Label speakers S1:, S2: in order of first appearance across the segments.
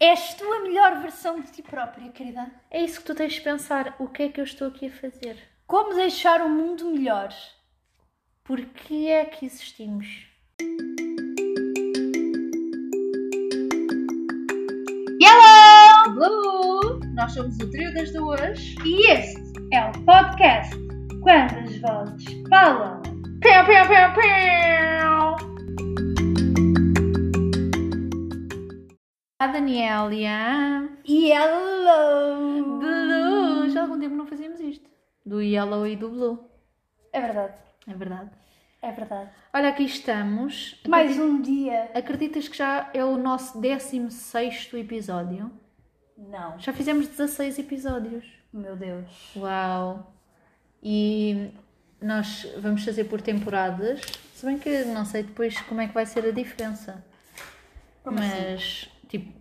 S1: És tu a melhor versão de ti própria, querida.
S2: É isso que tu tens de pensar. O que é que eu estou aqui a fazer?
S1: Como deixar o mundo melhor?
S2: Por que é que existimos?
S1: Hello!
S2: Hello!
S1: Nós somos o Trio das Duas e este é o podcast Quando as Vozes Falam. Piu, piu, piu, piu.
S2: A Danielia.
S1: Hello!
S2: Blue. Já há algum tempo não fazíamos isto. Do yellow e do blue.
S1: É verdade,
S2: É verdade.
S1: é verdade.
S2: Olha, aqui estamos.
S1: Mais um dia.
S2: Acreditas que já é o nosso 16 episódio?
S1: Não,
S2: Já fizemos 16 episódios.
S1: meu Deus.
S2: Uau! E nós vamos fazer por temporadas, se bem que não sei depois como é que vai ser a diferença.
S1: Como assim?
S2: Mas, tipo,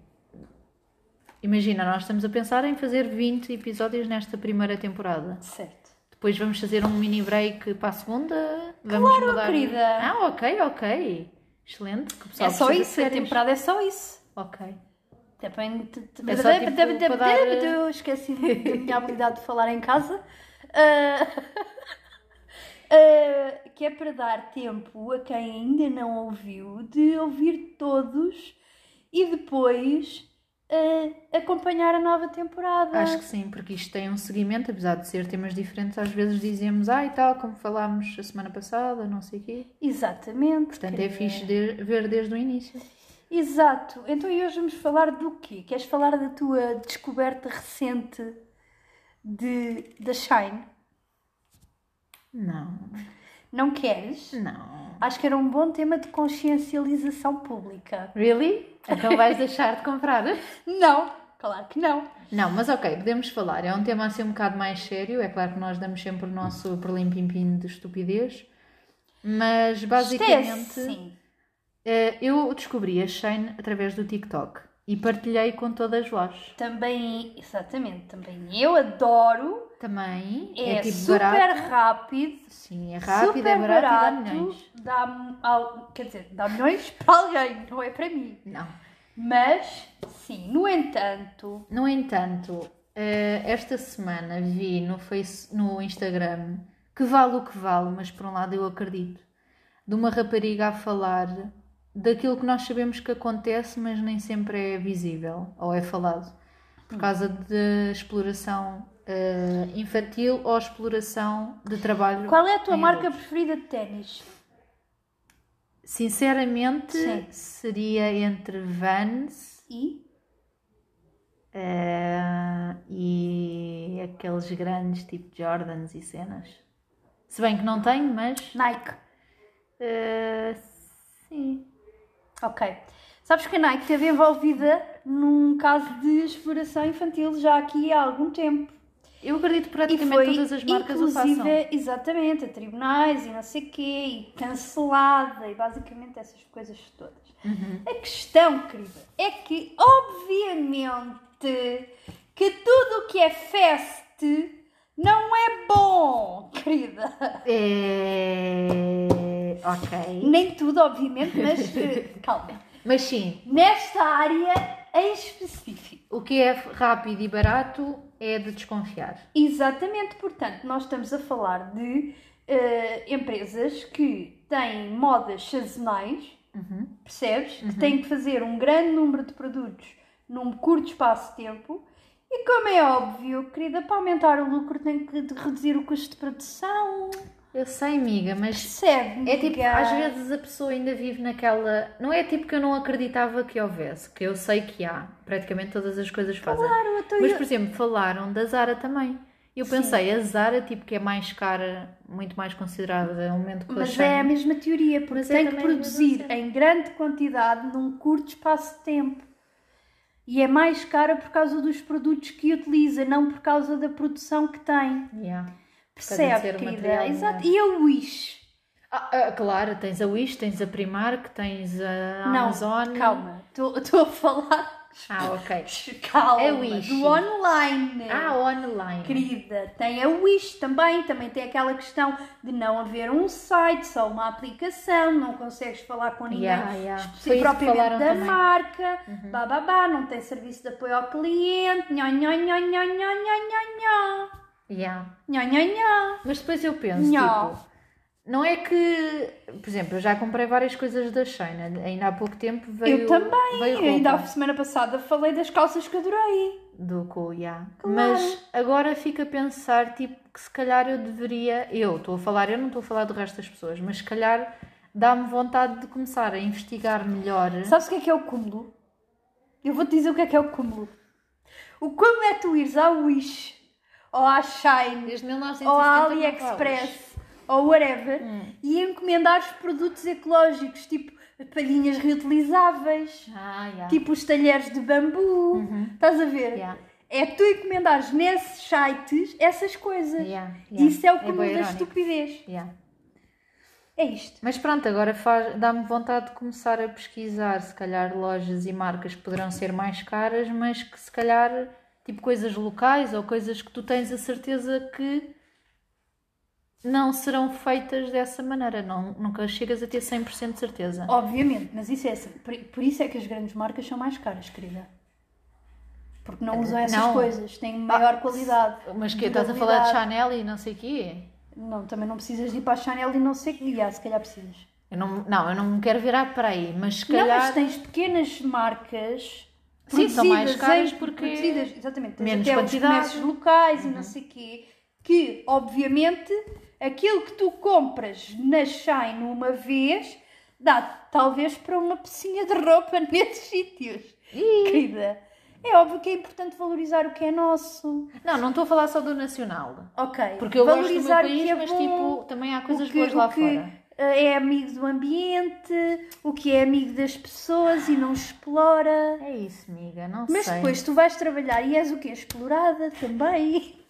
S2: imagina, nós estamos a pensar em fazer 20 episódios nesta primeira temporada.
S1: Certo.
S2: Depois vamos fazer um mini break para a segunda. Vamos claro, mudar.
S1: querida.
S2: Ah, ok, ok. Excelente. que o pessoal
S1: é só
S2: precisa de
S1: isso, a
S2: férias.
S1: temporada é só isso.
S2: Ok.
S1: Também- t- t-
S2: É só tipo para dar-
S1: Eu esqueci da minha habilidade de falar em casa. Ah, ah, que é para dar tempo a quem ainda não ouviu de ouvir todos e depois ah, acompanhar a nova temporada.
S2: Acho que sim, porque isto tem um seguimento, apesar de ser temas diferentes, às vezes dizemos, ah, e tal, como falámos a semana passada, não sei o quê.
S1: Exatamente.
S2: Portanto, é
S1: querida.
S2: fixe de- ver desde o início.
S1: Exato. Então e hoje vamos falar do quê? Queres falar da tua descoberta recente de, da Shine?
S2: Não,
S1: Não queres?
S2: não.
S1: Acho que era um bom tema de consciencialização pública.
S2: Really? Então vais deixar de comprar?
S1: Não, claro que não.
S2: Não, mas ok, podemos falar. É um tema assim um bocado mais sério. É claro que nós damos sempre o nosso perlimpimpim de estupidez. Mas
S1: Isto é
S2: basicamente.
S1: assim.
S2: Eh, Eu descobri a Shane através do TikTok e partilhei com todas vós.
S1: Também, exatamente, também eu adoro.
S2: Também
S1: É,
S2: é, tipo
S1: super
S2: barato.
S1: rápido.
S2: Sim, é rápido,
S1: super
S2: é barato, e dá
S1: barato,
S2: milhões.
S1: dá ao- quer dizer, dá milhões para alguém, não é para mim.
S2: Não.
S1: Mas, sim, no entanto,
S2: No entanto, é eh, esta semana vi no, face, no Instagram que vale o que vale, mas por um lado eu acredito, de uma rapariga a falar daquilo que nós sabemos que acontece, mas nem sempre é visível ou é falado, por causa de exploração eh, infantil ou exploração de trabalho.
S1: qual é a tua
S2: em
S1: marca
S2: adultos.
S1: preferida de ténis?
S2: Sinceramente,
S1: Sim.
S2: seria entre Vans
S1: E?
S2: Eh, e aqueles grandes tipo Jordans e cenas. Se bem que não tenho, mas.
S1: Nike.
S2: eh, sim.
S1: Ok. Sabes que a Nike esteve envolvida num caso de exploração infantil já aqui há algum tempo.
S2: Eu acredito que
S1: E
S2: praticamente
S1: foi
S2: todas as marcas o façam.
S1: inclusive, exatamente, a tribunais e não sei quê, e cancelada, e basicamente essas coisas todas.
S2: Uhum.
S1: A questão, querida, é que obviamente que tudo o que é fest não é bom, querida.
S2: Eh, ok.
S1: Nem tudo, obviamente, mas eh, calma.
S2: Mas sim,
S1: Nesta área em específico.
S2: o que é rápido e barato é de desconfiar.
S1: Exatamente, portanto, nós estamos a falar de eh, empresas que têm modas sazonais,
S2: Uhum.
S1: percebes? Que têm que fazer um grande número de produtos num curto espaço de tempo. E como é óbvio, querida, para aumentar o lucro tem que de- reduzir o custo de produção.
S2: Eu sei, amiga, mas
S1: Percebe?
S2: É tipo,
S1: amiga?
S2: às vezes a pessoa ainda vive naquela. Não é tipo que eu não acreditava que houvesse, que eu sei que há. Praticamente todas as coisas fazem.
S1: Claro, então
S2: Mas,
S1: eu-
S2: por exemplo, falaram da Zara também. Eu pensei, a Zara, tipo, que é mais cara, muito mais considerada, aumento que a
S1: Mas é a
S2: Shane.
S1: mesma teoria, porque
S2: Mas é
S1: tem que
S2: também a mesma
S1: produzir
S2: cena.
S1: em grande quantidade num curto espaço de tempo. E é mais cara por causa dos produtos que utiliza, não por causa da produção que tem.
S2: Yeah. causa de ser
S1: Percebe,
S2: o
S1: querida?
S2: material,
S1: Exato. E a Wish?
S2: Ah, ah, claro, tens a Wish, tens a Primark, tens a
S1: não,
S2: Amazon.
S1: calma. Estou a falar
S2: Ah, ok.
S1: Calma,
S2: É Wish.
S1: do online.
S2: Ah, online.
S1: Querida, tem a Wish também, também tem aquela questão de não haver um site, só uma aplicação, não consegues falar com ninguém
S2: Yeah, yeah.
S1: espe-
S2: Foi isso que
S1: propriamente
S2: falaram
S1: da
S2: também. Uhum.
S1: marca, bah, bah, bah, não tem serviço de apoio ao cliente, nho, nho, nho, nho, nho, nho,
S2: Yeah.
S1: nho, nho, nho, nho.
S2: Mas depois eu penso,
S1: Nhó.
S2: tipo, não é que, por exemplo, eu já comprei várias coisas da China, ainda há pouco tempo veio
S1: Eu também,
S2: veio
S1: Eu ainda a
S2: roupa
S1: semana passada falei das calças que adorei.
S2: do cu, yeah.
S1: Claro.
S2: Mas agora fico a pensar, tipo, que se calhar eu deveria, eu estou a falar, eu não estou a falar do resto das pessoas, mas se calhar dá-me vontade de começar a investigar melhor.
S1: Sabes o que é que é o cúmulo? Eu vou-te dizer o que é que é o cúmulo. O cúmulo é tu ires à Wish ou à Shine
S2: Desde
S1: ou a
S2: 1970 não falas.
S1: AliExpress ou whatever
S2: Hum.
S1: e encomendar os produtos ecológicos, tipo palhinhas reutilizáveis,
S2: Ah, yeah.
S1: tipo os talheres de bambu. Estás a ver?
S2: Yeah.
S1: É tu encomendares nesses sites essas coisas.
S2: Yeah, yeah.
S1: Isso é o
S2: É
S1: comum
S2: bué
S1: da
S2: irónico.
S1: estupidez.
S2: Yeah.
S1: É isto.
S2: Mas pronto, agora faz- dá-me vontade de começar a pesquisar, se calhar lojas e marcas que poderão ser mais caras, mas que se calhar, tipo coisas locais ou coisas que tu tens a certeza que não serão feitas dessa maneira, não, nunca chegas a ter 100% de certeza.
S1: Obviamente, mas isso é assim. Por, por isso é que as grandes marcas são mais caras, querida. Porque não usam essas
S2: não. Ah,
S1: coisas, têm maior qualidade.
S2: Mas que estás a falar de
S1: durabilidade.
S2: Chanel e não sei o quê?
S1: Não, também não precisas de ir para a Chanel e não sei o que. Ah, se calhar precisas.
S2: Eu não, não, eu não me quero virar para aí, mas se
S1: Não,
S2: calhar
S1: mas tens pequenas marcas
S2: Sim, são
S1: produzidas
S2: mais caras
S1: em-
S2: porque-
S1: produzidas, exatamente, tens
S2: menos Uhum.
S1: até
S2: quantidade.
S1: os comércios locais e não sei quê, que obviamente aquilo que tu compras na Shine uma vez dá talvez para uma pecinha de roupa nesses sítios. Querida, é óbvio que é importante valorizar o que é nosso.
S2: Não, não estou a falar só do nacional.
S1: Ok,
S2: Porque eu gosto do meu
S1: valorizar o
S2: país,
S1: que é
S2: mas
S1: bom,
S2: tipo, também há coisas
S1: o que,
S2: boas lá
S1: o que,
S2: fora.
S1: eh, É amigo do ambiente, o que é amigo das pessoas e não explora.
S2: É isso, amiga, não
S1: Mas
S2: sei.
S1: depois tu vais trabalhar e és o quê? Explorada também.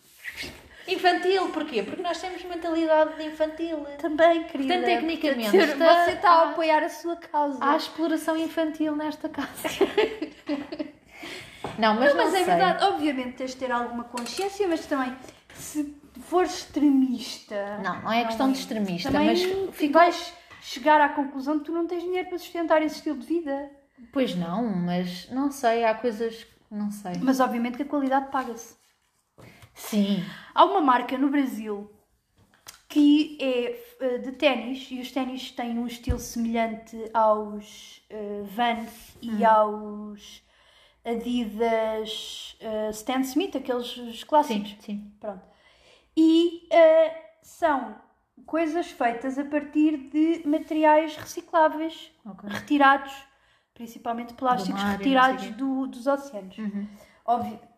S2: Infantil, porquê? Porque nós temos mentalidade de infantil.
S1: Também, querida.
S2: Portanto, tecnicamente, tá
S1: Quer dizer,
S2: está-
S1: você está a
S2: há-
S1: apoiar a sua causa.
S2: Há exploração infantil nesta casa. não, mas
S1: mas,
S2: não,
S1: mas é
S2: sei.
S1: verdade, obviamente tens de ter alguma consciência, mas também se fores extremista.
S2: Não, não é questão de extremista,
S1: também
S2: mas fico-
S1: vais chegar à conclusão que tu não tens dinheiro para sustentar esse estilo de vida.
S2: Pois não, mas não sei, há coisas que não sei.
S1: Mas obviamente que a qualidade paga-se.
S2: Sim.
S1: Há uma marca no Brasil que é eh, de ténis e os ténis têm um estilo semelhante aos eh, Vans e aos Adidas eh, Stan Smith, aqueles os clássicos.
S2: Sim, sim.
S1: Pronto. E eh, são coisas feitas a partir de materiais recicláveis,
S2: Ok.
S1: retirados, principalmente plásticos,
S2: mar e não sei
S1: retirados
S2: quê. Uhum.
S1: do- dos oceanos. Obviamente.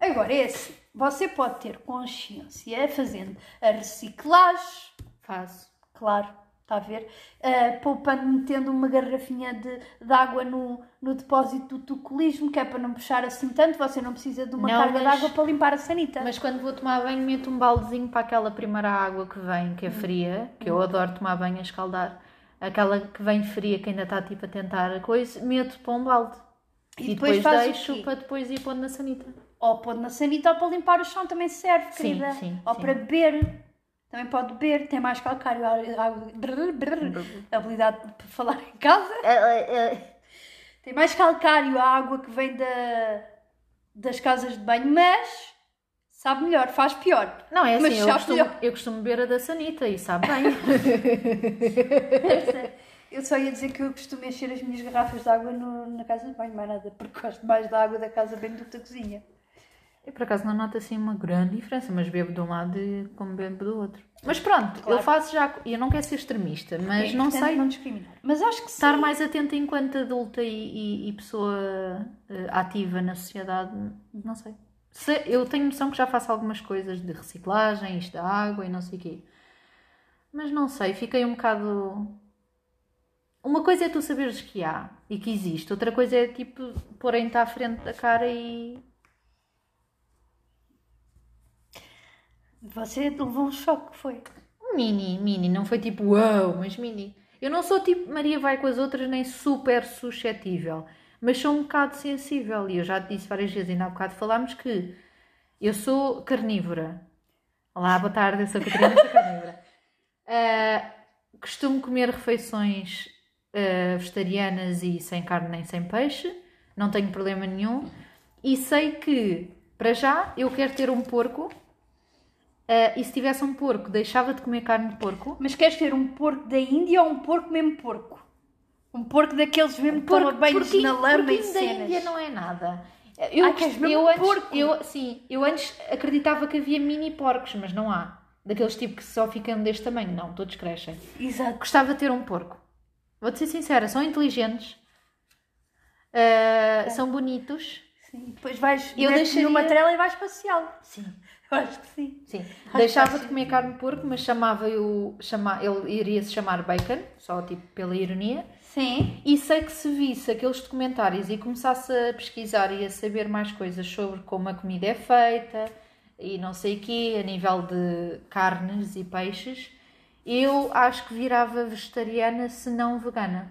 S1: Agora, é assim, você pode ter consciência fazendo a reciclagem,
S2: Faço.
S1: claro, está a ver? Ah, poupando, metendo uma garrafinha de, de água no, no depósito do tucolismo, que é para não puxar assim tanto, você não precisa de uma
S2: Não,
S1: carga de
S2: mas-
S1: água para limpar a sanita.
S2: Mas quando vou tomar banho, meto um baldezinho para aquela primeira água que vem, que é fria, que eu adoro tomar banho a escaldar. Aquela que vem fria, que ainda está tipo a tentar a coisa, meto para um balde. E, depois,
S1: faz o
S2: deixo
S1: quê?
S2: para depois ir pondo na sanita.
S1: Ou pôr na sanita ou para limpar o chão também serve,
S2: Sim,
S1: querida.
S2: sim,
S1: ou
S2: sim.
S1: para beber. Também pode beber, tem mais calcário. a- a- brr, brr, habilidade para falar em casa.
S2: É,
S1: Tem mais calcário a água que vem da, das casas de banho, mas sabe melhor, faz pior.
S2: Não, é
S1: Mas
S2: assim, eu
S1: sabe
S2: costumo,
S1: melhor.
S2: eu costumo beber a da Sanita e sabe bem.
S1: Eu só ia dizer que eu costumo encher as minhas garrafas de água no- na casa de banho, mais nada, porque gosto mais da água da casa de banho do que da cozinha.
S2: eu por acaso não noto assim uma grande diferença, mas bebo de um lado e como bebo do outro. Mas pronto,
S1: Claro.
S2: eu faço já. co- Eu não quero ser extremista, mas
S1: É
S2: não
S1: importante
S2: sei. Tá.
S1: não discriminar. Mas acho que sim.
S2: Estar mais atenta enquanto adulta e, e- e pessoa eh, ativa na sociedade, não sei. Se- eu tenho noção que já faço algumas coisas de reciclagem, isto da água e não sei o quê. Mas não sei, fiquei um bocado. Uma coisa é tu saberes que há e que existe, outra coisa é tipo porem-te à frente da cara e.
S1: Você levou um choque, foi?
S2: Mini, mini, não foi tipo uau, mas mini. Eu não sou tipo Maria vai com as outras, nem super suscetível. mas sou um bocado sensível. E eu já te disse várias vezes, ainda há bocado falámos que eu sou carnívora. Olá, boa tarde, eu sou a Catarina, sou carnívora. Ah, costumo comer refeições ah, vegetarianas e sem carne nem sem peixe, não tenho problema nenhum. E sei que, para já, eu quero ter um porco. ah, e se tivesse um porco, deixava de comer carne de porco.
S1: Mas queres ter um porco da Índia ou um porco mesmo porco? Um porco daqueles mesmo que
S2: Porco-
S1: toma banhos na
S2: porquinho-
S1: lama e
S2: porquinho da
S1: cenas.
S2: Índia não é nada. Eu,
S1: Ah, queres mesmo
S2: eu antes,
S1: porco?
S2: eu- sim, eu antes acreditava que havia mini porcos, mas não há. Daqueles tipo que só ficam deste tamanho, não, todos crescem.
S1: Exato.
S2: Gostava de ter um porco. Vou-te ser sincera, são inteligentes, ah, são bonitos.
S1: Sim. e Depois vais
S2: Eu
S1: eu
S2: deixaria-
S1: numa trela e vais passeá-lo.
S2: Sim.
S1: Eu acho que sim.
S2: Sim,
S1: que
S2: deixava
S1: faz
S2: de comer carne de porco, mas chamava-o, chama, ele iria-se chamar bacon, só tipo pela ironia.
S1: Sim.
S2: E sei que se visse aqueles documentários e começasse a pesquisar e a saber mais coisas sobre como a comida é feita e não sei o quê, a nível de carnes e peixes, eu acho que virava vegetariana, se não vegana.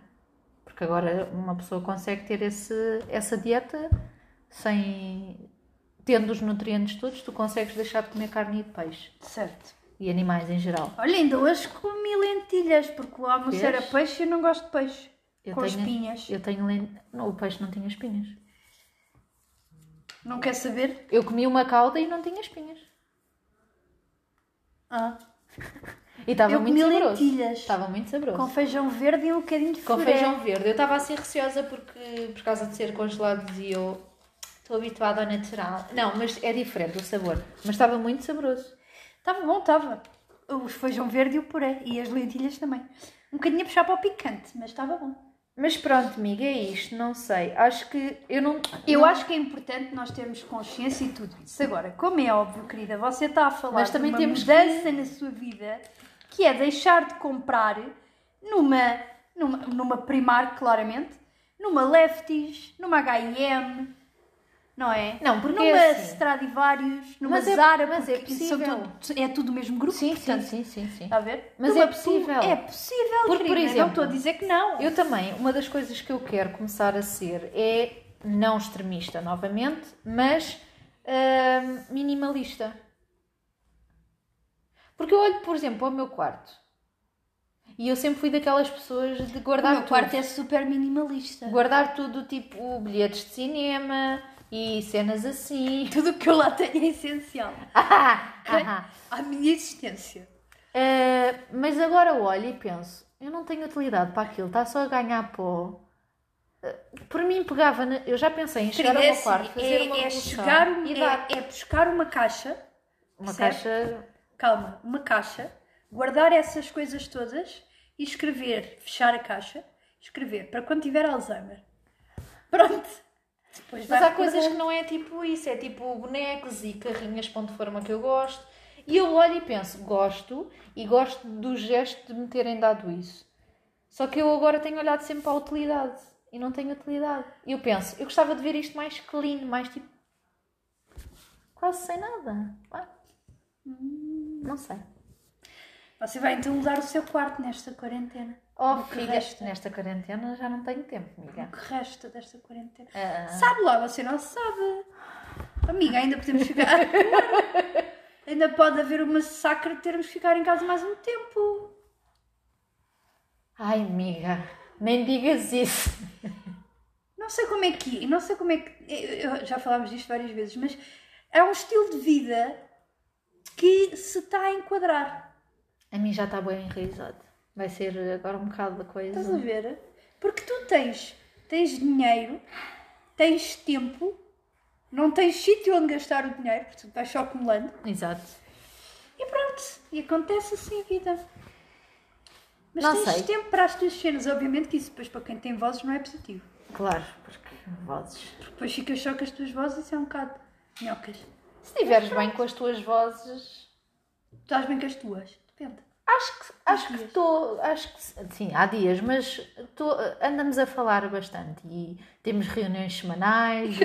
S2: Porque agora uma pessoa consegue ter esse, essa dieta sem. Tendo os nutrientes todos, tu consegues deixar de comer carne e peixe
S1: Certo.
S2: e animais em geral.
S1: Olha, ainda hoje comi lentilhas, porque o almoço
S2: Vês?
S1: era peixe e eu não gosto de peixe.
S2: Eu
S1: com
S2: tenho-
S1: espinhas.
S2: Eu tenho. len- Não, o peixe não tinha espinhas.
S1: Não quer saber?
S2: Eu comi uma cauda e não tinha espinhas.
S1: Ah.
S2: E estava
S1: Eu
S2: muito
S1: comi
S2: saboroso.
S1: lentilhas.
S2: Estava muito saboroso.
S1: Com
S2: Com,
S1: feijão verde e um bocadinho de furé.
S2: feijão verde. Eu estava assim receosa porque, por causa de ser congelados e eu estou habituada ao natural. Não, mas é diferente o sabor. Mas estava muito saboroso.
S1: Estava bom, estava. O feijão verde e o puré. E as lentilhas também. Um bocadinho a puxar para o picante, mas estava bom.
S2: Mas pronto, amiga, é isto. Não sei. Acho que eu não.
S1: Eu acho que é importante nós termos consciência e tudo isso. Agora, como é óbvio, querida, você está a falar
S2: Mas também
S1: de uma
S2: temos que-
S1: mudança na sua vida, que é deixar de comprar numa, numa, numa Primark, claramente, numa Lefties, numa H&M, não é?
S2: Não, porque
S1: Numa
S2: é assim.
S1: Stradivarius, numa
S2: Mas é-
S1: Zara,
S2: mas é
S1: porque isso são
S2: possível.
S1: tudo- é tudo o mesmo grupo,
S2: Sim, sim,
S1: portanto,
S2: sim, sim, sim.
S1: está a ver?
S2: Mas
S1: Numa
S2: é possível.
S1: pu- É possível,
S2: Porque, por
S1: querida,
S2: exemplo,
S1: não estou a dizer que não.
S2: Eu também, uma das coisas que eu quero começar a ser é não extremista novamente, mas hum, minimalista. Porque eu olho, por exemplo, ao meu quarto e eu sempre fui daquelas pessoas de
S1: O
S2: guardar
S1: meu
S2: tudo.
S1: quarto é super minimalista.
S2: Guardar tudo, tipo bilhetes de cinema e cenas assim.
S1: Tudo o que eu lá tenho é essencial.
S2: Ah, ah, ah.
S1: à minha existência.
S2: Uh, mas agora olho e penso, eu não tenho utilidade para aquilo, está só a ganhar pó. Uh, por mim pegava, na- eu já pensei em chegar ao
S1: é
S2: meu quarto, fazer
S1: é,
S2: uma
S1: é
S2: revolução
S1: chegar um-
S2: e dar
S1: é, é buscar uma caixa,
S2: uma
S1: percebes?
S2: caixa.
S1: calma, uma caixa, guardar essas coisas todas e escrever, fechar a caixa, escrever para quando tiver Alzheimer. Pronto. Depois
S2: Mas
S1: vai
S2: há coisas que
S1: recordando.
S2: não é tipo isso, é tipo bonecos e carrinhas ponto de forma que eu gosto. E eu olho e penso, gosto, e gosto do gesto de me terem dado isso. Só que eu agora tenho olhado sempre para a utilidade e não tenho utilidade. E eu penso, eu gostava de ver isto mais clean, mais tipo. quase sem nada. Pá.
S1: Hum.
S2: Não sei.
S1: Você vai então mudar o seu quarto nesta quarentena.
S2: Oh,
S1: que
S2: filha,
S1: resta?
S2: nesta quarentena já não tenho tempo,
S1: O
S2: amiga.
S1: que resta desta quarentena?
S2: Ah.
S1: Sabe lá, você não sabe. Amiga, ainda podemos ficar. ainda pode haver uma massacre de termos que ficar em casa mais um tempo.
S2: Ai, amiga, nem digas isso.
S1: não sei como é que não sei como é que eu- eu- já falámos disto várias vezes mas é um estilo de vida que se está a enquadrar
S2: A mim já está bem enraizado. Vai ser agora um bocado da coisa.
S1: estás a ver porque tu tens tens dinheiro tens tempo não tens sítio onde gastar o dinheiro porque tu vais só acumulando
S2: Exato.
S1: e pronto e acontece assim a vida mas
S2: Não
S1: tens
S2: sei.
S1: tempo para as tuas cenas obviamente que isso depois para quem tem vozes não é positivo
S2: Claro, porque vozes.
S1: porque depois ficas só com as tuas vozes e isso é um bocado nhocas
S2: Se estiveres bem com as tuas vozes.
S1: tu estás bem com as tuas depende
S2: Acho que acho que
S1: dias.
S2: estou. Acho que. Sim, há dias, mas tô- andamos a falar bastante e temos reuniões semanais.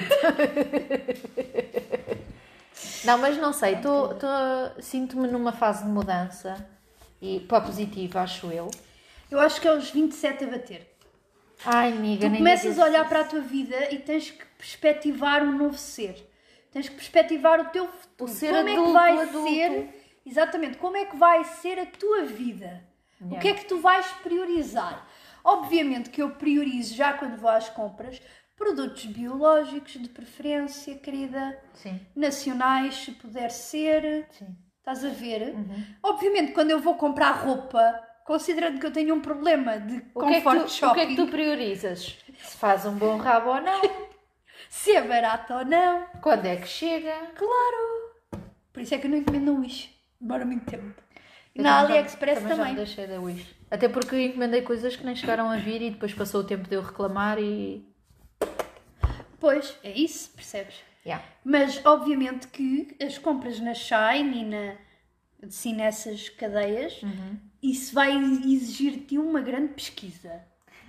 S2: não, mas não sei, tô- tô- sinto-me numa fase de mudança e para positivo, acho eu.
S1: Eu acho que é os 27 a bater.
S2: Ai, amiga,
S1: Tu
S2: nem
S1: começas
S2: digas
S1: a olhar
S2: isso.
S1: para a tua vida e tens que perspectivar um novo ser. Tens que perspectivar o teu futuro.
S2: ser
S1: como é
S2: adulto,
S1: que vai
S2: adulto.
S1: ser? Exatamente, como é que vai ser a tua vida? O que é que tu vais priorizar? Obviamente que eu priorizo já quando vou às compras produtos biológicos de preferência, querida,
S2: Sim,
S1: nacionais, se puder ser.
S2: sim. Uhum.
S1: Estás a ver? Obviamente, quando eu vou comprar roupa, considerando que eu tenho um problema de
S2: O que, é que
S1: conforto
S2: tu, o que
S1: shopping,
S2: é que tu priorizas? Se faz um bom rabo ou não?
S1: se é barato ou não,
S2: Quando é que chega?
S1: claro! Por isso é que eu não encomendo um Wish, demora muito tempo. E
S2: Eu
S1: na
S2: também já-
S1: AliExpress
S2: também. já me
S1: também.
S2: deixei da Wish. Até porque eu encomendei coisas que nem chegaram a vir e depois passou o tempo de eu reclamar e.
S1: Pois, é isso, percebes?
S2: Yeah.
S1: Mas, obviamente, que as compras na Shine e na, assim, nessas cadeias, isso vai exigir-te uma grande pesquisa.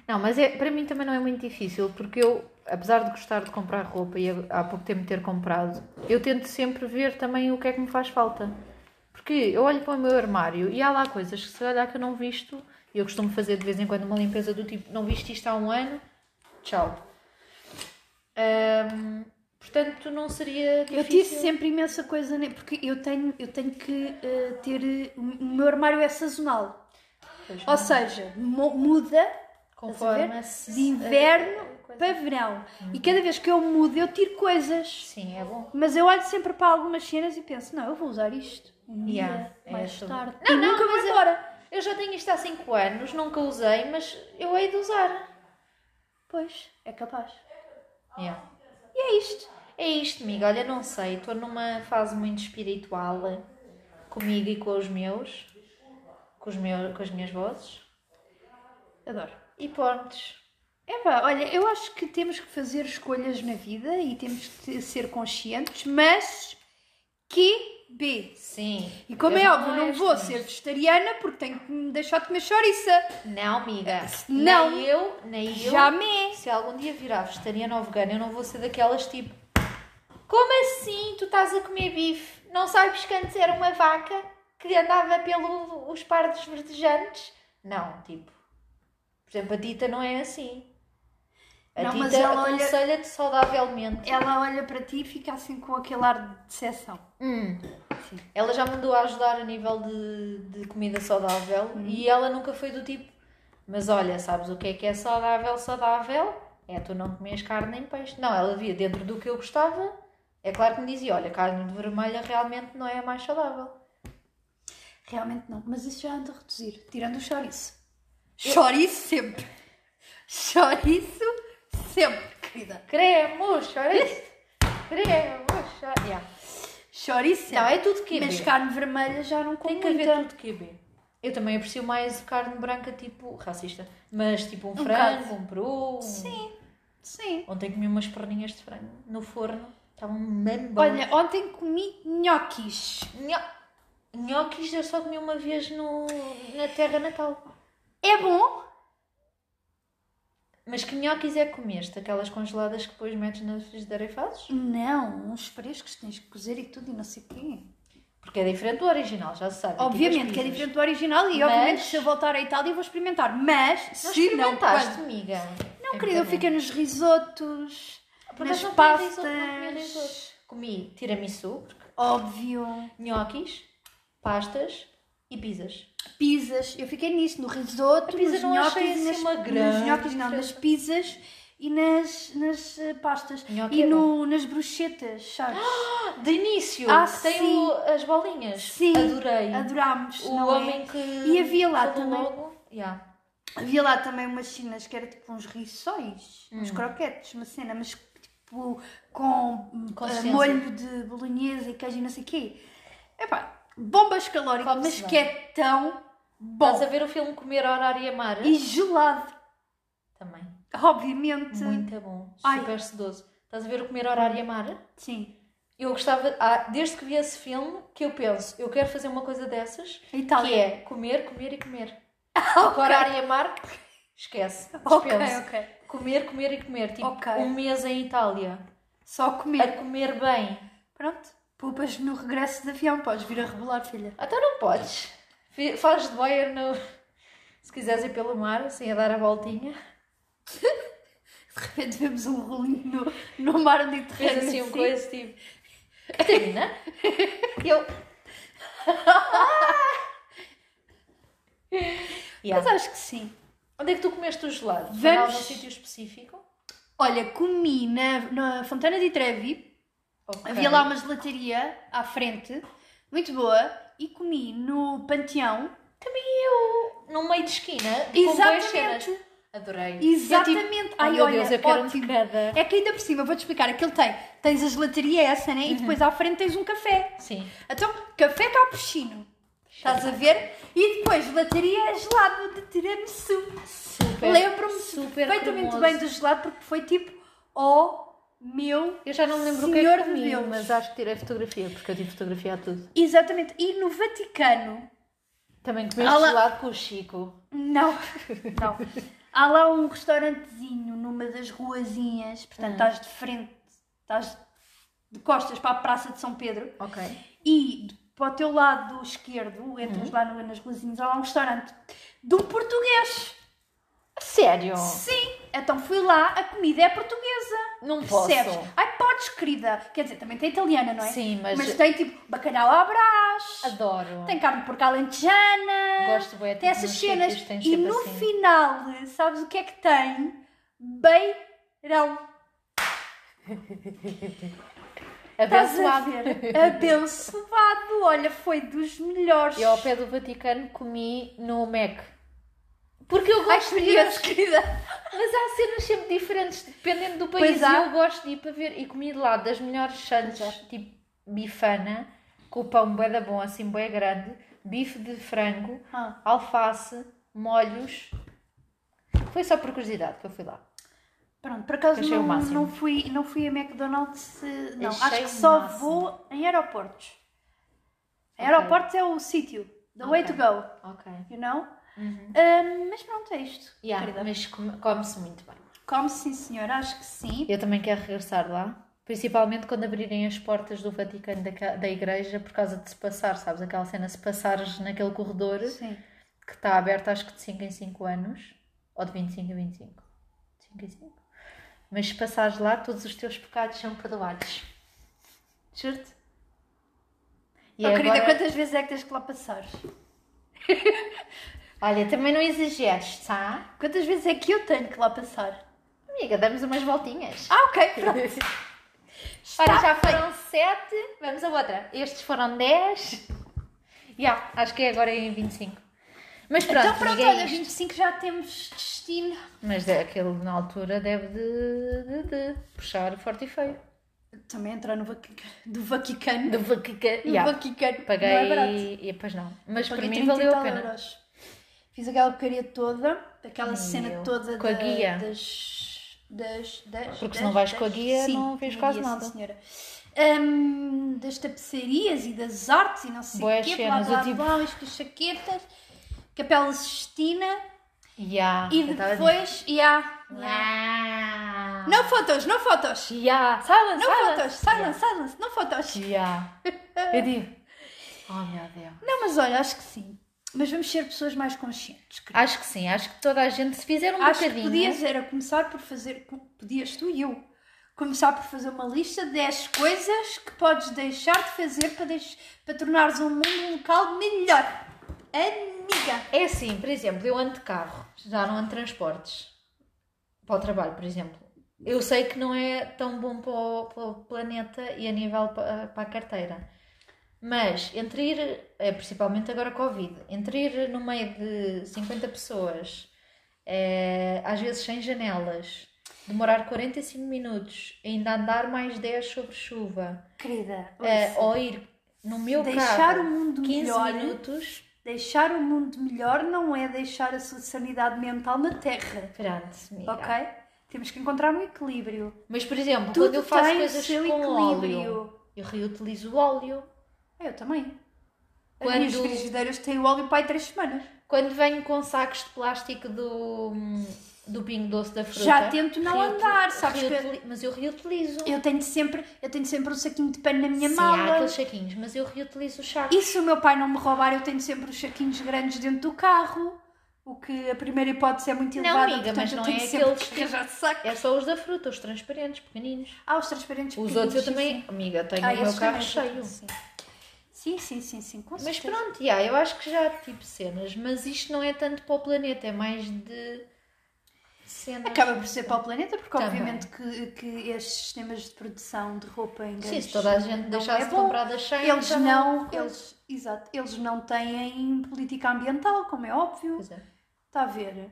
S2: Não, mas é, para mim também não é muito difícil, porque eu, apesar de gostar de comprar roupa e há há pouco tempo ter comprado, eu tento sempre ver também o que é que me faz falta. Porque eu olho para o meu armário e há lá coisas que se olhar que eu não visto, e eu costumo fazer de vez em quando uma limpeza do tipo, não visto isto há um ano, tchau. Ahm, portanto, não seria difícil.
S1: Eu tive sempre imensa coisa, ne- porque eu tenho, eu tenho que eh, ter. eh, o meu armário é sazonal.
S2: Pois
S1: Ou seja, mu- muda estás a ver?
S2: Conforme a-
S1: de inverno para verão. E cada vez que eu mudo, eu tiro coisas.
S2: Sim, é bom.
S1: Mas eu olho sempre para algumas cenas e penso: não, eu vou usar isto um dia
S2: Yeah, é
S1: mais
S2: sobre-
S1: tarde. e
S2: Não, não,
S1: nunca vou
S2: mas é-
S1: embora.
S2: Eu já tenho isto há 5 anos, nunca usei, mas eu hei de usar.
S1: Pois, é capaz.
S2: Yeah.
S1: E é isto.
S2: É isto, amiga. Olha, não sei. Estou numa fase muito espiritual eh, comigo e com os meus, com, os meus, com as minhas vozes.
S1: Adoro.
S2: E prontos.
S1: Epá, olha, eu acho que temos que fazer escolhas na vida e temos que ser conscientes, mas que B.
S2: Sim.
S1: E como é
S2: Eu
S1: óbvio, não vou
S2: estou
S1: ser vegetariana porque tenho que me deixar de comer chouriça.
S2: nisto. Não, amiga.
S1: Não.
S2: Nem eu, nem eu.
S1: Jamais.
S2: Se algum dia virar vegetariana ou vegana, eu não vou ser daquelas tipo. Como assim tu estás a comer bife? Não sabes que antes era uma vaca que andava pelos pardos verdejantes? Não, tipo. Por exemplo, a Tita não é assim. A
S1: Não, mas
S2: Tita
S1: ela olha-
S2: aconselha-te saudavelmente.
S1: Ela olha para ti e fica assim com aquele ar de decepção.
S2: Hum.
S1: Sim.
S2: Ela já mandou ajudar a nível de, de comida saudável e ela nunca foi do tipo. Mas olha, sabes o que é que é saudável, saudável? É tu não comes carne nem peixe. Não, ela via dentro do que eu gostava. É claro que me dizia, olha, carne de vermelha realmente não é a mais saudável.
S1: Realmente não, mas isso já anda a reduzir, tirando o chouriço. Chouriço sempre. Chouriço sempre, querida.
S2: Queremos, olha isto. Queremos, olha. Yeah.
S1: Chouriço sempre.
S2: Não, é tudo que
S1: assim, mas carne vermelha já não como
S2: Tem que haver
S1: muita.
S2: tudo QB. Eu também aprecio mais carne branca, tipo, racista. Mas tipo um,
S1: bocado.
S2: frango, um peru. um-
S1: Sim, sim.
S2: Ontem comi umas perninhas de frango no forno. Estavam mesmo boas.
S1: Olha, ontem comi nhoquis.
S2: Nho- Nhoquis eu só comi uma vez no... na terra natal.
S1: É bom?
S2: Mas que nhoquis é que comeste? Aquelas congeladas que depois metes na frigideira e fazes?
S1: Não, uns frescos tens que cozer e tudo e não sei o quê.
S2: Porque é diferente do original, já se sabe. Tipo
S1: Obviamente
S2: as
S1: que é
S2: pizzas.
S1: diferente do original e
S2: Mas-
S1: obviamente se eu voltar à Itália eu vou experimentar. Mas
S2: Não
S1: se não
S2: experimentaste,
S1: quando...
S2: amiga. É
S1: Não, querida, eu fiquei nos risotos,
S2: Por
S1: nas
S2: acaso não comi
S1: pastas.
S2: risoto, não comi risoto. Comi tiramisu,
S1: Óbvio.
S2: nhoquis, pastas e pizzas.
S1: Pizzas. Eu fiquei nisso, no risoto,
S2: A pizza
S1: nos
S2: não
S1: nhoques,
S2: achei assim
S1: nas,
S2: uma
S1: nos
S2: grande
S1: nhoques não, nas
S2: diferença.
S1: pizzas e nas, nas eh, pastas.
S2: Nhoque
S1: E
S2: é Ah,
S1: no, nas bruxetas, sabes?
S2: De início,
S1: Ah,
S2: que tem
S1: sim.
S2: o- as bolinhas.
S1: Sim.
S2: Adorei.
S1: Adorámos,
S2: O
S1: não
S2: homem
S1: é?
S2: que.
S1: E havia lá
S2: falou
S1: também-
S2: Logo. Yeah.
S1: Havia lá também umas cenas que era tipo uns rissóis, uns
S2: Hum.
S1: croquetes, uma cena, mas tipo com eh,
S2: Consistência.
S1: molho de bolonhesa e queijo e não sei o quê. Epá, bombas calóricas,
S2: Come-se
S1: mas
S2: bem.
S1: que é tão
S2: Estás
S1: bom
S2: a ver o filme Comer, Orar e Amar?
S1: e gelado,
S2: Também.
S1: obviamente.
S2: Muito bom.
S1: Ai.
S2: Super sedoso. Estás a ver o Comer, Orar e Amar?
S1: Sim,
S2: Eu gostava, ah, desde que vi esse filme, que eu penso, eu quero fazer uma coisa dessas,
S1: a Itália.
S2: que é comer, comer e comer. Porque Orar e amar, esquece.
S1: Ok,
S2: Dispenso.
S1: ok.
S2: Comer, comer e comer. Tipo,
S1: Ok.
S2: um mês em Itália.
S1: Só
S2: A
S1: comer.
S2: comer bem.
S1: Pronto, poupas no regresso de avião, podes vir a rebolar, filha.
S2: Até Então não podes. Fi- Fazes de boia no. Se quiseres ir pelo mar, assim a dar a voltinha.
S1: De repente vemos um rolinho no, no mar Mediterrâneo.
S3: Fez assim um coisa tipo.
S2: Catarina?
S3: E eu.
S2: Mas
S3: Yeah.
S2: acho que sim.
S3: Onde é que tu comeste o gelado? Foi em
S1: Vamos-
S3: algum sítio específico?
S1: Olha, comi na, na Fontana di Trevi,
S3: Ok.
S1: havia lá uma gelataria à frente, muito boa, e comi no Panteão.
S3: Num meio de esquina? com boas cenas.
S1: Exatamente,
S3: Adorei. Oh,
S1: exatamente.
S2: é Ai,
S1: Ai,
S2: meu
S1: olha,
S3: é
S2: Deus, eu quero um de
S1: ótimo.
S2: cada.
S1: É que ainda por cima, vou-te explicar, aquilo tem, tens a gelataria essa,
S3: Uhum.
S1: né? E depois à frente tens um café.
S3: Sim.
S1: Então, café capuchino, estás a ver? E depois gelataria gelado de tiramisu.
S3: Super,
S1: Lembro-me
S3: super
S1: perfeitamente
S3: cremoso.
S1: bem do gelado porque foi tipo, oh meu
S2: Eu já não me lembro
S1: Senhor
S2: o que é
S1: de
S2: que comi,
S1: Deus.
S2: mas acho que tirei fotografia, porque eu tive fotografia a tudo.
S1: Exatamente. E no Vaticano,
S2: Também comeste
S1: Olá.
S2: gelado com o Chico.
S1: não, não. Há lá um restaurantezinho numa das ruazinhas,
S3: Uhum.
S1: portanto estás de frente, estás de costas para a Praça de São Pedro
S2: Ok.
S1: e de- para o teu lado esquerdo, entras
S3: Uhum.
S1: lá no- nas ruazinhas, há lá um restaurante de um português.
S2: Sério?
S1: Sim, então fui lá, a comida é portuguesa.
S3: Não posso.
S1: Percebes? Ai, podes, querida. Quer dizer, também tem italiana, não é?
S2: Sim, mas-
S1: tem tipo bacalhau à brás.
S2: Adoro.
S1: Tem carne de porco alentejana.
S2: Gosto bué,
S1: Tem
S2: tipo,
S1: essas
S2: nos
S1: cenas.
S2: sítios tem
S1: E
S2: sempre
S1: no
S2: assim.
S1: final, sabes o que é que tem? Beirão. Estás a
S2: Abençoado.
S1: ver? Abençoado. Olha, foi dos melhores.
S2: Eu ao pé do Vaticano comi no Mac. Porque eu
S1: Ai,
S2: gosto de ir
S1: experiência, querida.
S2: Mas há cenas sempre diferentes, dependendo do país.
S1: Pois
S2: E
S1: há.
S2: eu gosto de ir para ver e comi de lá das melhores sandes, tipo bifana, com o pão bué da bom, assim, bué grande, bife de frango,
S1: Ah.
S2: alface, molhos. Foi só por curiosidade que eu fui lá.
S1: Pronto, por acaso
S2: Achei o
S1: não,
S2: máximo.
S1: não, fui, não fui a McDonald's. eh, Não,
S2: Achei
S1: acho que
S2: o
S1: só
S2: máximo.
S1: vou em aeroportos. Em
S2: Ok.
S1: Aeroportos é o sítio. The way to
S2: Ok.
S1: go,
S2: Ok.
S1: you know?
S2: Uhum.
S1: Ah, mas pronto, é isto, querida.
S2: mas come- come-se muito bem.
S1: Como sim, senhora, acho que sim.
S2: Eu também quero regressar lá. Principalmente quando abrirem as portas do Vaticano da, ca- da igreja por causa de se passar, sabes? Aquela cena, se passares naquele corredor
S1: Sim.
S2: que está aberto acho que de 5 em 5 anos, ou de 25 em 25. 5 em 5. Mas se passares lá, todos os teus pecados são perdoados. Juro-te. E
S1: oh, querida,
S2: agora-
S1: quantas vezes é que tens que lá passar?
S2: Olha, também não exageres, tá?
S1: Quantas vezes é que eu tenho que lá passar?
S2: Amiga, damos umas voltinhas.
S1: Ah, ok, pronto. Ah, tá
S2: Ora, já foram sete, vamos a outra. Estes foram 10. Já, acho que é agora em 25. Mas pronto,
S1: então pronto,
S2: amiga, é
S1: olha,
S2: isto.
S1: 25 já temos destino.
S2: Mas é aquele na altura deve de, de- de puxar forte e feio.
S1: Também entrar no Vatic- do Vaticano.
S2: De vaquica.
S1: No Vaticano.
S2: Paguei
S1: Não é barato.
S2: e depois não. Mas para
S1: Paguei
S2: mim
S1: 30 e
S2: valeu a
S1: tal
S2: pena.
S1: euros. Fiz aquela porcaria toda, aquela cena toda
S2: Com a
S1: da-
S2: guia.
S1: das. das, das
S2: Porque
S1: das-
S2: se não vais com a
S1: das-
S2: guia,
S1: sim,
S2: não vês
S1: com a
S2: quase
S1: guia, sim,
S2: nada.
S1: senhora. Hum, das tapecarias e das artes e não sei o
S2: Boas
S1: quê, blá
S2: cenas,
S1: blá
S2: eu tipo-
S1: blá, as chaquetas, Capela Sistina
S2: Ya,
S1: e
S2: Ah, eu estava a dizer.
S1: depois. Yeah, yeah.
S2: Ya.
S1: Não fotos, não fotos!
S2: Ya, Silence,
S1: Não
S2: silence.
S1: fotos, silence, silence, não fotos! Ah,
S2: Ya. Eu digo. Oh meu Deus.
S1: Não, mas olha, acho que sim. Mas vamos ser pessoas mais conscientes, querida.
S2: Acho que sim, acho que toda a gente, se fizer um
S1: Acho que
S2: bocadinho.
S1: podias era começar por fazer, podias tu e eu, começar por fazer uma lista de 10 coisas que podes deixar de fazer para, deix- para tornares um mundo um local melhor. Amiga!
S2: É assim, por exemplo, eu ando de carro, já não ando de transportes. Para o trabalho, por exemplo. Eu sei que não é tão bom para o, para o planeta e a nível pa- para a carteira. Mas entre ir, eh, principalmente agora Covid, entre ir no meio de 50 pessoas, eh, às vezes sem janelas, demorar 45 minutos, ainda andar mais 10 sobre chuva,
S1: Querida,
S2: eh,
S1: ouça,
S2: ou ir no meu
S1: deixar o
S2: carro
S1: mundo
S2: 15
S1: melhor, né?
S2: minutos,
S1: deixar o mundo melhor não é deixar a sua sanidade mental na terra,
S2: perante, amiga.
S1: ok? Temos que encontrar um equilíbrio.
S2: Mas, por exemplo,
S1: Tudo
S2: quando eu faço
S1: tem o
S2: coisas
S1: seu
S2: com
S1: equilíbrio.
S2: óleo, eu reutilizo o óleo.
S1: Eu também. As
S2: Quando-
S1: minhas frigideiras têm o óleo para aí 3 semanas.
S2: Quando venho com sacos de plástico do, do Pingo Doce da fruta...
S1: Já tento não
S2: reutil-
S1: andar, sabes que-
S2: reutili- Mas eu reutilizo.
S1: Eu tenho sempre, eu tenho sempre um saquinho de pano na minha
S2: Sim,
S1: mala.
S2: há aqueles saquinhos, mas eu reutilizo os sacos.
S1: E se o meu pai não me roubar, eu tenho sempre os saquinhos grandes dentro do carro. O que a primeira hipótese é muito
S2: Não,
S1: elevada,
S2: amiga,
S1: portanto
S2: mas
S1: eu
S2: não
S1: tenho
S2: é
S1: sempre
S2: aqueles
S1: que
S2: que-
S1: arranjar saco.
S2: É só os da fruta, os transparentes, pequeninos.
S1: Ah, os transparentes
S2: Os
S1: pequeninos,
S2: outros eu
S1: sim,
S2: também,
S1: sim.
S2: amiga, tenho
S1: Ah,
S2: o meu
S1: esses
S2: carro
S1: também,
S2: cheio.
S1: Sim, sim, sim, sim, sim com
S2: Mas
S1: certeza.
S2: pronto, já, eu acho que já há tipo cenas, mas isto não é tanto para o planeta, é mais de cenas.
S1: Acaba por ser para o planeta, porque
S2: Também.
S1: obviamente que, que estes sistemas de produção de roupa em
S2: Sim,
S1: grandes
S2: se toda a gente
S1: não
S2: deixasse então
S1: é
S2: de
S1: bom.
S2: comprar tá da Shein,
S1: Eles
S2: já
S1: não,
S2: coisa.
S1: eles, exato, eles não têm política ambiental, como é óbvio.
S2: Pois é.
S1: Está a ver?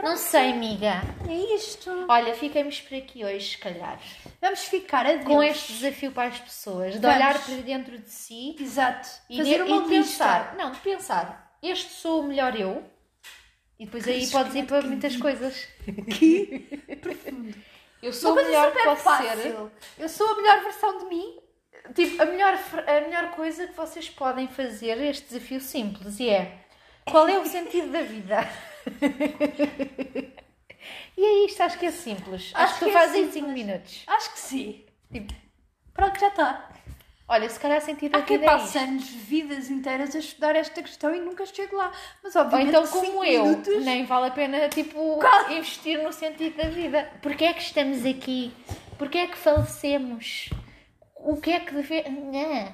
S2: Não sei, amiga.
S1: É isto.
S2: Olha, ficamos por aqui hoje, se calhar.
S1: Vamos ficar adeus.
S2: Com este desafio para as pessoas, de
S1: Vamos.
S2: olhar para dentro de si
S1: Exato.
S2: e,
S1: Fazer
S2: de,
S1: uma
S2: e
S1: lista.
S2: pensar. Não, de pensar. Este sou o melhor eu. E depois aí
S1: Jesus,
S2: podes
S1: que
S2: ir para muitas coisas.
S1: Profundo.
S2: Eu sou
S1: Uma
S2: o
S1: coisa
S2: melhor que
S1: super
S2: posso
S1: fácil.
S2: ser.
S1: Eu sou a melhor versão de mim.
S2: Tipo, a melhor, fr- a melhor coisa que vocês podem fazer é este desafio simples e é qual é o sentido da vida? e é isto, acho que é simples. Acho,
S1: Acho
S2: que tu
S1: que é
S2: fazes em
S1: simples.
S2: 5 minutos.
S1: Acho que sim.
S2: Tipo,
S1: Pronto, já está.
S2: olha, se calhar sentido da
S1: Há quem
S2: vida é
S1: passe
S2: isto.
S1: anos, vidas inteiras a estudar esta questão e nunca chego lá. Mas
S2: Ou
S1: obviamente
S2: então,
S1: que cinco
S2: como eu,
S1: minutos...
S2: nem vale a pena, tipo, investir no sentido da vida. Porquê é que estamos aqui? Porquê é que falecemos? O que é que devemos...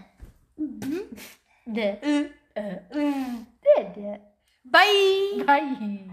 S1: Uhum. Uh, Hum. Hum. Bye!
S2: Bye!